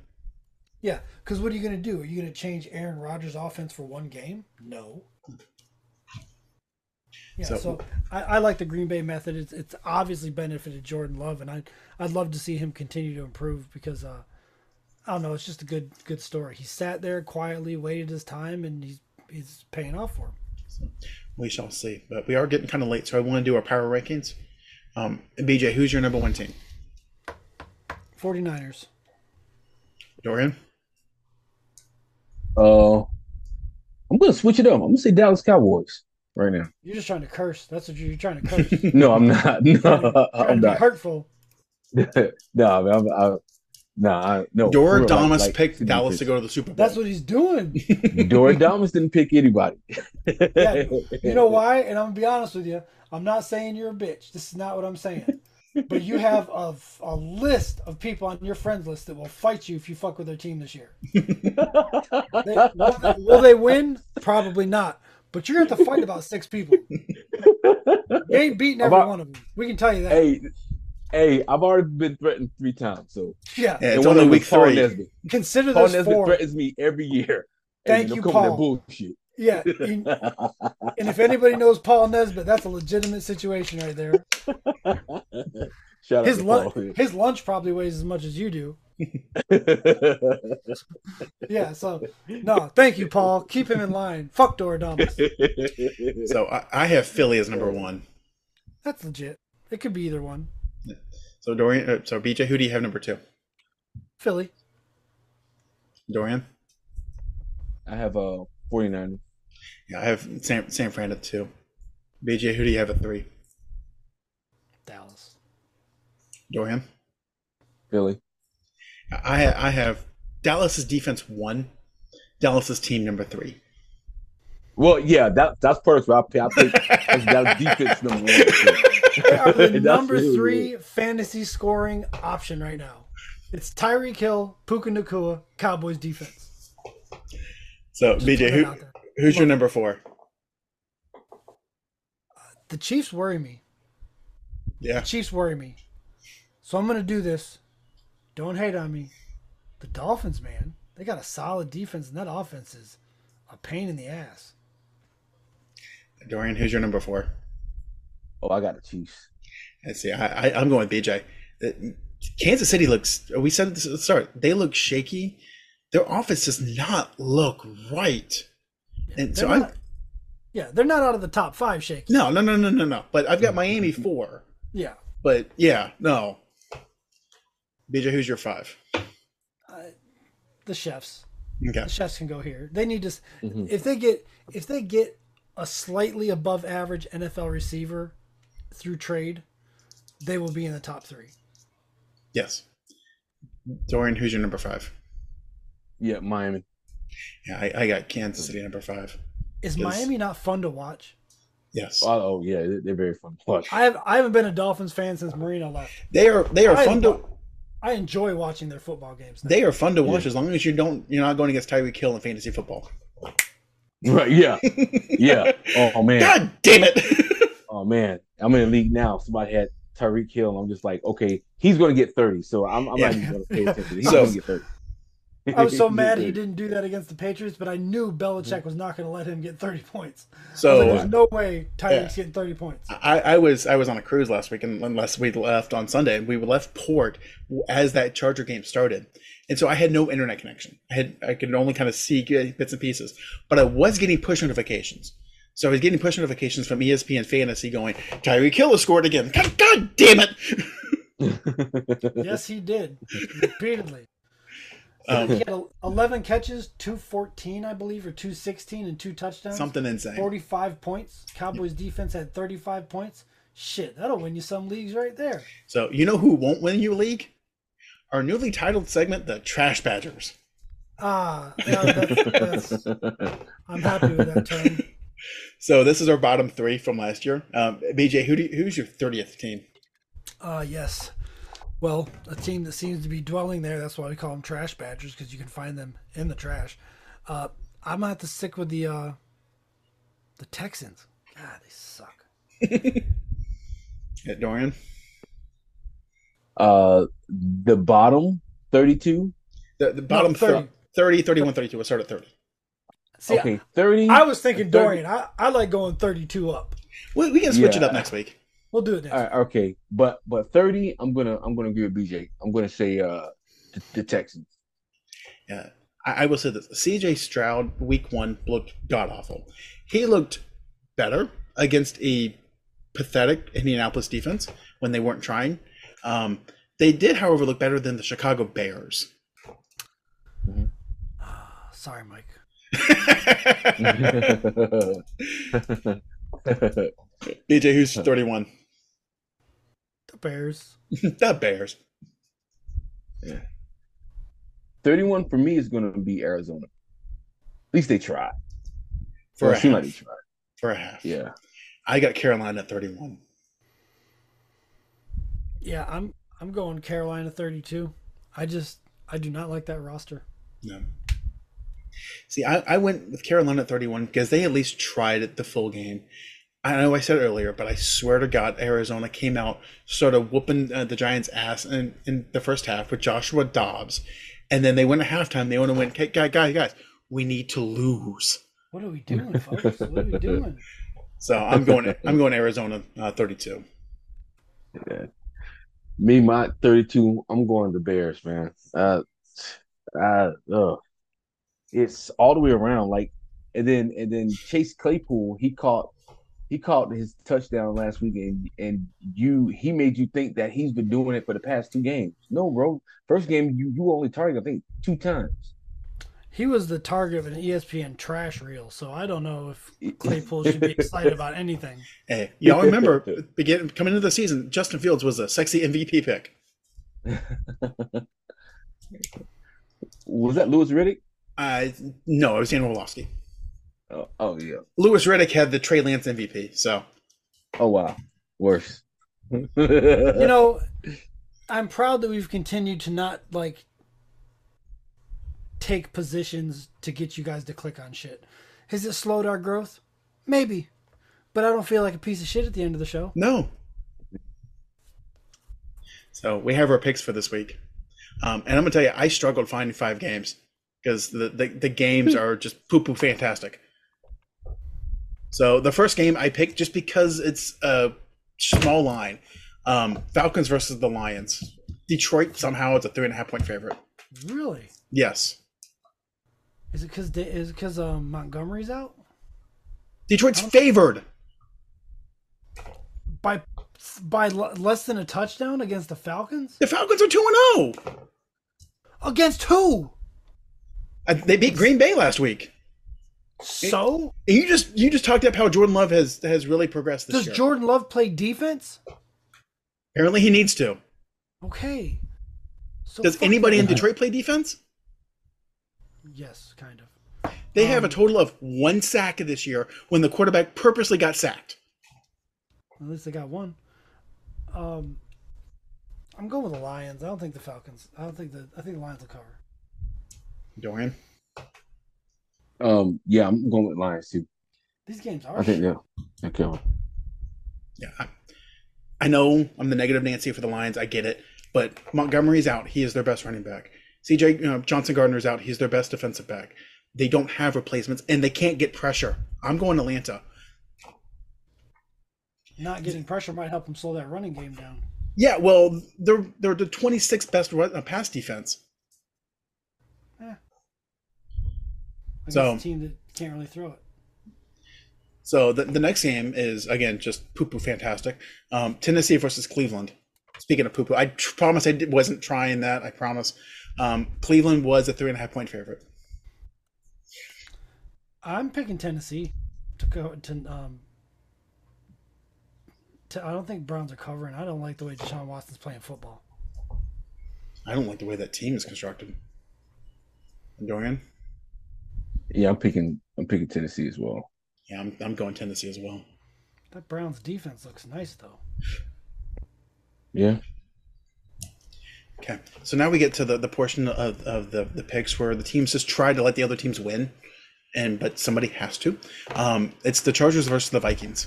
C: Yeah, because what are you going to do? Are you going to change Aaron Rodgers' offense for one game? No. Yeah, so,
A: So-
C: I, I like the Green Bay method. It's, it's obviously benefited Jordan Love, and I I'd love to see him continue to improve because uh, I don't know. It's just a good good story. He sat there quietly, waited his time, and he's he's paying off for him.
A: So we shall see. But we are getting kind of late, so I want to do our power rankings. Um, BJ, who's your number one team?
C: 49ers.
A: Dorian?
B: Uh, I'm gonna switch it up. I'm gonna say Dallas Cowboys right now.
C: You're just trying to curse. That's what you're, you're trying to curse.
B: No, I'm not.
C: Trying to-
B: No,
C: trying
B: I'm
C: to be
B: not.
C: hurtful.
B: no, I mean, I'm, I, no, Oh, I, no. for real,
A: Doradamas
B: like-
A: picked
B: like-
A: Dallas to go to the Super Bowl.
C: That's what he's doing.
B: Doradamas didn't pick anybody.
C: Yeah, You know why? And I'm gonna be honest with you. I'm not saying you're a bitch. This is not what I'm saying. But you have a, a list of people on your friends list that will fight you if you fuck with their team this year. They- will, they, will they win? Probably not. But you're gonna have to fight about six people. You ain't beating every
B: About-
C: one of them. We can tell you that.
B: Hey, hey, I've already been threatened three times. So
C: Yeah.
A: Yeah, it's
B: one
A: only
B: of them
A: week
B: was Paul
A: three.
B: Nesbitt.
C: Consider
B: Paul
C: this
B: Nesbitt
C: four.
B: threatens me every year.
C: Thank
B: man,
C: you,
B: don't come with
C: Paul.
B: that bullshit.
C: Yeah. you- and if anybody knows Paul Nesbitt, that's a legitimate situation right there.
B: Shout out
C: His
B: to
C: lunch,
B: Paul.
C: his lunch probably weighs as much as you do. Yeah. So no, thank you, Paul. Keep him in line. Fuck Doradamas.
A: So I, I have Philly as number one.
C: That's legit. It could be either one.
A: So Dorian, uh, so BJ, who do you have number two?
C: Philly.
A: Dorian?
B: I have a 49.
A: Yeah, I have San, San Fran at two. BJ, who do you have at three?
C: Dallas.
A: Dorian?
B: Philly.
A: I I have Dallas's defense one, Dallas's team number three.
B: Well, yeah, that that's part of what I pick. I pick that's, that's defense number one.
C: They are the
B: That's
C: number
B: really
C: three fantasy scoring option right now. It's Tyreek Hill, Puka Nakua, Cowboys defense.
A: So
C: put
A: BJ,
C: it
A: who
C: out there.
A: who's your number four?
C: The Chiefs worry me.
A: Yeah,
C: Chiefs worry me. So I'm gonna do this. Don't hate on me. The Dolphins, man, they got a solid defense, and that offense is a pain in the ass.
A: Dorian, who's your number four?
B: Oh, I got the Chiefs.
A: Let's see. I, I I'm going with BJ. Uh, Kansas City looks. We said this at the start. They look shaky. Their offense does not look right. And so
C: They're
A: I
C: not- yeah, they're not out of the top five shaky.
A: no no no no no no. But I've got Miami
C: Mm-hmm.
A: four.
C: Yeah,
A: But yeah, no. BJ, who's your five?
C: the chefs.
A: Okay.
C: The chefs can go here. They need to s
A: Mm-hmm.
B: Mhm.
C: if they get if they get a slightly above average NFL receiver through trade, they will be in the top three.
A: Yes. Dorian, who's your number five?
B: Yeah, Miami.
A: Yeah, I, I got Kansas City number five.
C: Is
A: Yes.
C: Miami not fun to watch?
A: Yes,
B: Oh, oh, yeah, they- they're very fun to watch.
C: I have I haven't been a Dolphins fan since Marino left.
A: they are they are
C: I
A: fun to
C: love- I enjoy watching their football games. Now.
A: they are fun to watch as long as you don't you're not going against Tyreek Hill in fantasy football.
B: Right? Yeah, yeah. Oh man.
A: God damn it!
B: Oh man. I'm in a league now. Somebody had Tyreek Hill. and I'm just like, okay, he's going to get 30. So I'm, I'm not
A: Yeah.
B: even going to pay attention. He's
A: So-
B: going to get 30.
C: I was so
B: He's
C: mad he
B: gonna get
C: didn't do that against the Patriots, but I knew Belichick was not going to let him get 30 points. I was like,
A: so
C: there's no way Tyreek's
A: Yeah.
C: getting 30 points.
A: I, I was I was on a cruise last week, and unless we left on Sunday, and we left port as that Charger game started, and so I had no internet connection. I had I could only kind of see bits and pieces, but I was getting push notifications. So I was getting push notifications from E ESPN Fantasy going, Tyreek Hill has scored again. God, God damn it!
C: yes, he did repeatedly.
A: Um,
C: He had el- 11 catches, 214, I believe, or 216, and two touchdowns.
A: Something insane.
C: 45 points. Cowboys defense had 35 points. Shit, that'll win you some leagues right there.
A: So you know who won't win you a league? Our newly titled segment, the Trash Badgers.
C: Ah, yeah, that's, that's, I'm happy with that term.
A: So this is our bottom three from last year. Um, BJ, who do you, who's your thirtieth team?
C: Ah, yes. Well, a team that seems to be dwelling there. That's why we call them trash badgers because you can find them in the trash. Uh, I'm gonna have to stick with the uh, the Texans. God, they suck.
A: At Dorian,
B: Uh, the bottom 32.
A: the, the bottom
C: No, 30.
A: thir- 30, 31, 32. We'll start at thirty.
C: See,
B: okay, 30.
C: I, I was thinking
B: Thirty-
C: Dorian. I, I like going 32 up.
A: We, we can switch it
B: Yeah.
A: up next week.
C: We'll do it next.
B: All right, okay, but but 30. I'm gonna I'm gonna agree with BJ. I'm gonna say uh the, the Texans.
A: Yeah, I, I will say this: C.J. Stroud, Week One, looked god awful. He looked better against a pathetic Indianapolis defense when they weren't trying. Um, they did, however, look better than the Chicago Bears.
C: Ah, Sorry, Mike.
A: BJ, who's 31?
C: The Bears.
A: the Bears.
B: 31 for me is going to be Arizona. At least they tried.
A: For
B: Or
A: a
B: it seemed like
A: half.
B: they tried.
A: For a half.
B: Yeah.
A: I got Carolina at 31.
C: Yeah, I'm I'm going Carolina 32. I just I do not like that roster.
A: No. See, I, I went with Carolina at 31 because they at least tried it the full game. I know I said it earlier, but I swear to God, Arizona came out sort of whooping uh, the Giants' ass in, in the first half with Joshua Dobbs. And then they went at halftime. They went and went, "Okay, guys, guys, guys, we need to lose.
C: What are we doing, folks? What are we doing?
A: So I'm going. I'm going Arizona uh, 32.
B: Yeah. Me, my 32, I'm going to Bears, man. Uh, uh, ugh. It's all the way around. Like, and then and then Chase Claypool, he caught he caught his touchdown last week, and and you he made you think that he's been doing it for the past two games. No, bro. First game, you you only targeted I think two times.
C: He was the target of an E ESPN trash reel, so I don't know if Claypool should be excited about anything.
A: Hey, y'all remember begin coming into the season, Justin Fields was a sexy MVP pick.
B: Was that Lewis Riddick?
A: Uh, no, it was Dan Orlovsky.
B: Oh, oh yeah.
A: Lewis Riddick had the Trey Lance MVP. So
B: Oh wow. Worse. Um, you
C: You
B: know,
C: know, I'm proud that we've continued to not like take positions to get you guys to click on shit. Has it slowed our growth? Maybe. But I don't feel like a piece of shit at the end of the show.
A: no. So we have our picks for this week, um, and I'm gonna tell you, I struggled finding five games because the, the the games are just poo poo fantastic. So the first game I picked just because it's a small line, um, Falcons versus the Lions. Detroit somehow it's a three and a half point favorite.
C: Really?
A: Yes,
C: Is it because is it because um, Montgomery's out
A: Detroit's favored.
C: by by l- less than a touchdown against the Falcons?
A: The Falcons are two and oh. zero.
C: Against who?
A: Uh, They beat Green Bay last week.
C: So
A: And you just you just talked up how Jordan Love has has really progressed this
C: does
A: year.
C: Jordan Love play defense?
A: Apparently, he needs to.
C: Okay. So
A: Does
C: fuck
A: anybody in
C: that.
A: Detroit play defense?
C: Yes, kind of.
A: They have
C: Um,
A: a total of one sack this year when the quarterback purposely got sacked.
C: At least they got one. Um, I'm going with the Lions. I don't think the Falcons. I don't think the. I think the Lions will cover.
A: Dorian,
B: um, yeah, I'm going with Lions too.
C: These games are.
B: I think yeah. Okay.
A: yeah, I, I know I'm the negative Nancy for the Lions. I get it, but Montgomery's out. He is their best running back. C.J. Uh, Johnson Gardner's out. He's their best defensive back. They don't have replacements and they can't get pressure. I'm going Atlanta.
C: not getting pressure might help them slow that running game down.
A: Yeah, well, they're they're the 26th best run, uh, pass defense.
C: Against
A: So-
C: a team that can't really throw it.
A: So the, the next game is again just poo poo fantastic. Um, Tennessee versus Cleveland. Speaking of poo poo, I tr- promise I di- wasn't trying that. I promise. Um, Cleveland was a three and a half point favorite.
C: I'm picking Tennessee to go to. Um, to, I don't think Browns are covering. I don't like the way Deshaun Watson's playing football.
A: I don't like the way that team is constructed. Dorian,
B: Yeah, I'm picking I'm picking Tennessee as well.
A: yeah, I'm, I'm going Tennessee as well.
C: That Browns defense looks nice though.
B: Yeah.
A: Okay, so now we get to the, the portion of, of the, the picks where the teams just try to let the other teams win, and but somebody has to. Um, it's the Chargers versus the Vikings.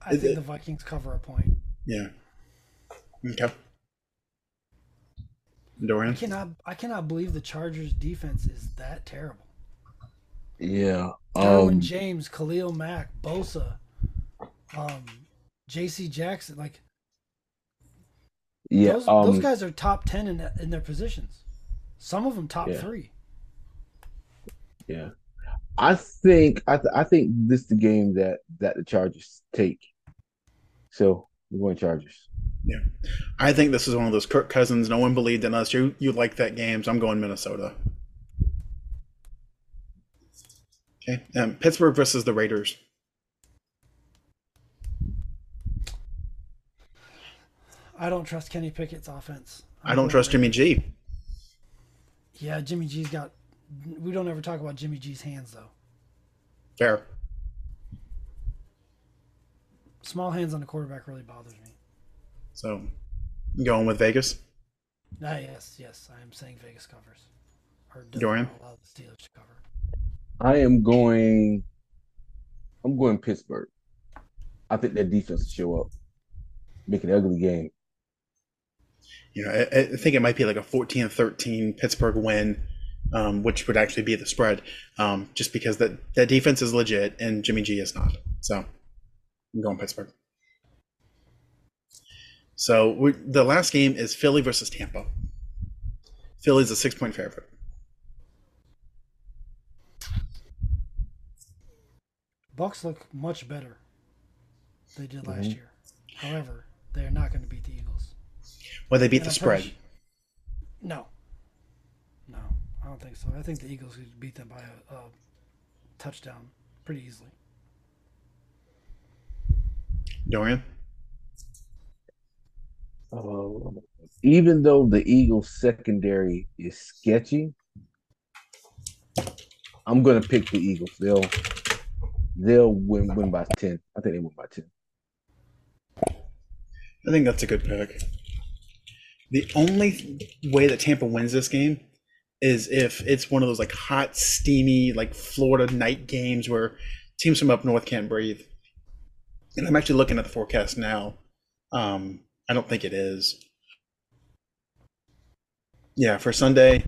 C: I
A: Is
C: think
A: it-
C: the Vikings cover a point.
A: Yeah. Okay.
C: I
A: Dorian.
C: cannot. I cannot believe the Chargers defense is that terrible.
B: Yeah.
C: Derwin
B: Um,
C: James, Khalil Mack, Bosa, um, J.C. Jackson. Like
B: Yeah,
C: those,
B: um,
C: those guys are top ten in in their positions. Some of them top
B: Yeah.
C: three.
B: Yeah, I think I th- I think this is the game that that the Chargers take. So we're going Chargers.
A: I think this is one of those Kirk Cousins. No one believed in us. You you like that game, so I'm going Minnesota. Okay, um, Pittsburgh versus the Raiders.
C: I don't trust Kenny Pickett's offense.
A: I don't trust Jimmy G.
C: Yeah, Jimmy G's got. We don't ever talk about Jimmy G's hands though.
A: Fair.
C: Small hands on the quarterback really bothers me.
A: So, going with Vegas.
C: Ah, yes, yes, I am saying Vegas covers. Or doesn't
A: Dorian?
C: allow the Steelers to cover.
B: I am going. I'm going Pittsburgh. I think their defense will show up, make an ugly game.
A: You know, I, I think it might be like a 14-13 Pittsburgh win, um, which would actually be the spread, um, just because that that defense is legit and Jimmy G is not. So, I'm going Pittsburgh. So we the last game is Philly versus Tampa. Philly's a six-point favorite.
C: Bucks look much better. than They did last
A: Mm-hmm.
B: Mhm.
C: year. However, they are not going to beat the Eagles.
A: Well, they beat
C: And
A: the
C: I'm
A: spread.
C: pretty su- No. No, I don't think so. I think the Eagles could beat them by a, a touchdown pretty easily.
A: Dorian.
B: Oh. Even though the Eagles secondary is sketchy, I'm gonna pick the Eagles. They'll they'll win win by ten. I think they win by ten.
A: I think that's a good pick. The only way that Tampa wins this game is if it's one of those like hot, steamy, like Florida night games where teams from up north can't breathe. And I'm actually looking at the forecast now. Um, I don't think it is. Yeah, for Sunday,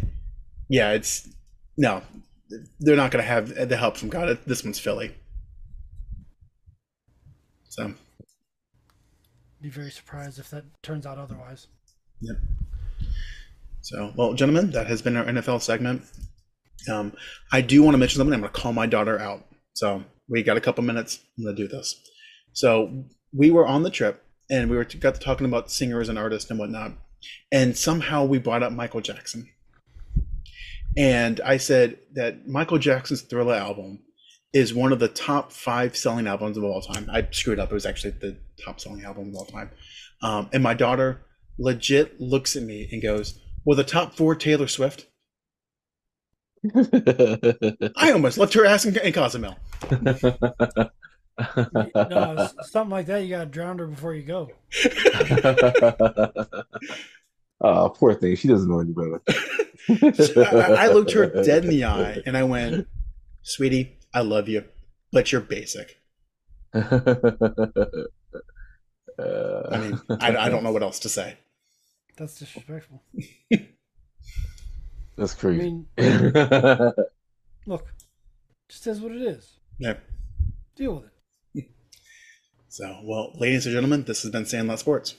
A: yeah, it's no, they're not going to have the help from God. This one's Philly. So.
C: Be very surprised if that turns out otherwise.
A: So, well, gentlemen, that has been our NFL segment. Um, I do want to mention something. I'm going to call my daughter out. So, we got a couple minutes. I'm going to do this. So, we were on the trip and we were got to talking about singers and artists and whatnot. And somehow we brought up Michael Jackson. And I said that Michael Jackson's Thriller album is one of the top five selling albums of all time. I screwed up. It was actually the top selling album of all time. Um, and my daughter legit looks at me and goes, well, the top four Taylor Swift. I almost left her ass in, in Cozumel.
C: Y- no, s- something like that. You got to drown her before you go.
B: oh, poor thing. She doesn't know any
A: I,
B: better.
A: I- I looked her dead in the eye and I went, "Sweetie, I love you, but you're basic."
B: Uh,
A: I mean, I, I don't know what else to say.
C: That's disrespectful.
B: That's
C: I
B: crazy.
C: mean, look, just is what it is.
A: Yeah.
C: Deal with it.
A: So, well, ladies and gentlemen, this has been Sandlot Sports.